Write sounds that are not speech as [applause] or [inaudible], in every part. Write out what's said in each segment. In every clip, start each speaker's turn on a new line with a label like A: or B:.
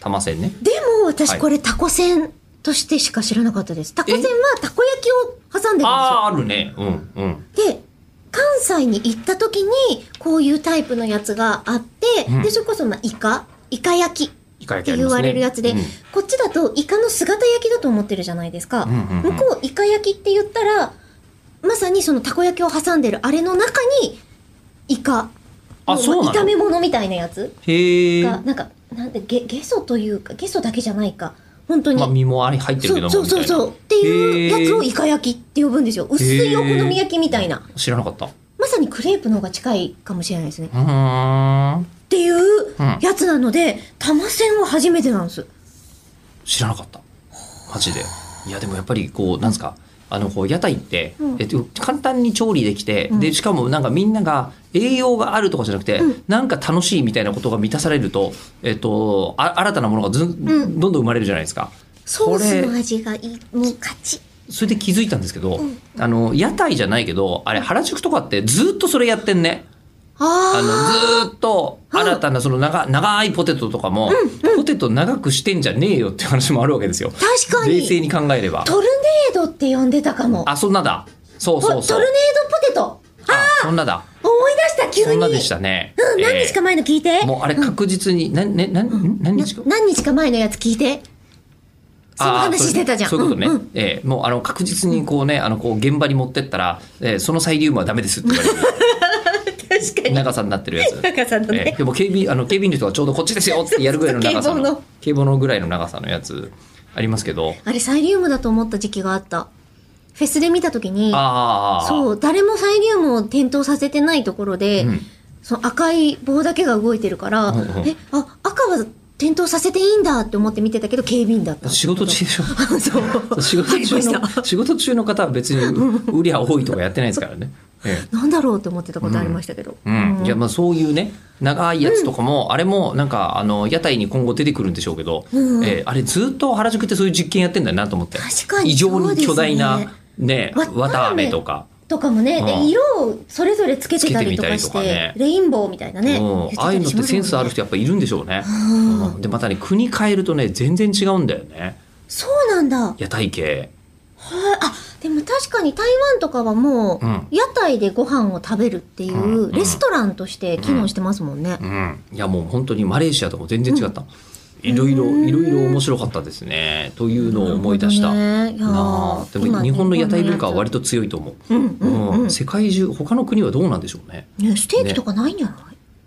A: 多摩線ね
B: でも私これタコ船としてしか知らなかったです。タコ船はたこ焼きを挟んでるんですよ。
A: あああるねうんうん
B: で関西に行った時にこういうタイプのやつがあって、
A: うん
B: でそれこそまあイカイカ焼きっ
A: イカ焼きあ
B: て
A: り
B: 言
A: ます
B: わ
A: ね
B: れるやつで、
A: うん
B: こっちだとイカの姿焼きだと思ってるじゃないですか、
A: うんうんうん
B: 向こうイカ焼きって言ったらまさにそのたこ焼きを挟んでるあれの中にイカ
A: あ
B: も
A: そうなの
B: 炒め物みたいなやつ
A: へえ
B: がなんかなんでゲゲソというかゲソだけじゃないか本当に、
A: まあ身もあり入ってるけども
B: そうそうそうそう
A: み
B: っていう
A: へー
B: やつをイカ焼きって呼ぶんですよ薄いお好み焼きみたいな
A: たいな知らなかったう
B: まさにクレープの方が近いかもしれないですね。
A: ーん
B: っていう
A: うん
B: やつなので、玉線は初めてなんです。
A: 知らなかったマジでいやでもやっぱりこうなんですかあのこう屋台って、
B: うん
A: えっと、簡単に調理できて、
B: うん
A: でしかもなんかみんなが栄養があるとかじゃなくて、
B: うん
A: なんか楽しいみたいなことが満たされると、えっと、あ新たなものがずん、
B: ん
A: どんどん生まれるじゃないですか。
B: ソース
A: こ
B: の
A: れ
B: 味がいい、もう勝ち。
A: それで気づいたんですけど、
B: うん
A: あの屋台じゃないけどあれ原宿とかってずっとそれやってんね。あ
B: あ
A: のずーっと新たなその長長いポテトとかも、ポテト長くしてんじゃねえよっていう話もあるわけですよ
B: あ、。確か
A: 冷静
B: に。
A: に考えれば。
B: トルネードって呼んでたかも。
A: あそんなだ。そう
B: ほ
A: そうそ
B: ト
A: う
B: ルネ。ードポテト。
A: あそんなだ。
B: 思い出した、急に。
A: そんなでしたね。
B: うん、何日か前の聞いて。
A: えーもうあれ確実に、な、ね、な、ん何日か。
B: 何日か前のやつ聞いて。その
A: あー
B: 話してたじゃん。
A: そういうことね
B: うんうん。
A: ええもうあの確実にこうね、あのこう現場に持ってったら、ええそのサイリウムはダメですって言われ
B: [laughs]
A: る。
B: 確かに。
A: 長さになってるやつ。
B: 高さんの
A: ええ
B: ね。
A: でも警備あの警備員の人がちょうどこっちですよってやるぐらいの長さ
B: そうそう
A: の警棒のぐらいの長さのやつありますけど
B: あれ、サイリウムだと思った時期があった。フェスで見た時に。
A: ああ、
B: そうう誰もサイリウムを点灯させてないところで、
A: うん
B: その赤い棒だけが動いてるから、
A: うんうん
B: えあ赤は点灯させていいんだって思って見てたけど警備員だった
A: 仕事中でしょ
B: そう [laughs] そう
A: 仕事中
B: ありまし
A: の仕事中の方は別
B: [laughs]
A: に売りゃ多いとかやってないですからね。ええ
B: た [laughs] なんだろうって思ってたことありましたけど、
A: うん、いや
B: や
A: まあそういうね長いやつとかも、あれもなんかあの屋台に今後出てくるんでしょうけど、
B: うん
A: ええあれずっと原宿ってそういう実験やってんだなと思って
B: 確かに
A: 異常に巨大
B: そうで
A: な、ね
B: わ
A: 綿
B: たあめ
A: あめとか、
B: とかもね、
A: う
B: で
A: ん
B: 色をそれぞれつけてたりとかして
A: つけてみたりとかね
B: レインボーみたいなね、
A: うん
B: 言てたりしますもんね
A: ああいうのってセンスある人やっぱいるんでしょうね。
B: うん
A: うんでまたね国変えるとね全然違うんだよね
B: そうなんだはい
A: 屋台系。
B: あでも確かに台湾とかはもう、
A: うん
B: 屋台でご飯を食べるってい
A: うんう
B: うんレストランとして機能してますもんね、
A: うん、いやもう本当にマレーシアとも全然違った、いろいろ
B: うん
A: いろいろ面白かったですねというのを思い出した、
B: なるほどねいやー
A: なあでも
B: 今
A: 日本の屋台文化は割と強いと思う、
B: うんうん
A: う
B: うん
A: ん、世界中他の国はどうなんでしょうね
B: ねステーキとかないんじゃない、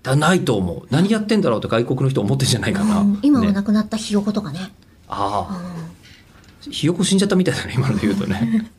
A: だないと思う何やってんだろうって外国の人思ってんじゃないかな、
B: うん今は
A: ね、
B: なくなったひよことかね
A: ああひよこ死んじゃったみたいだね今ので言うとね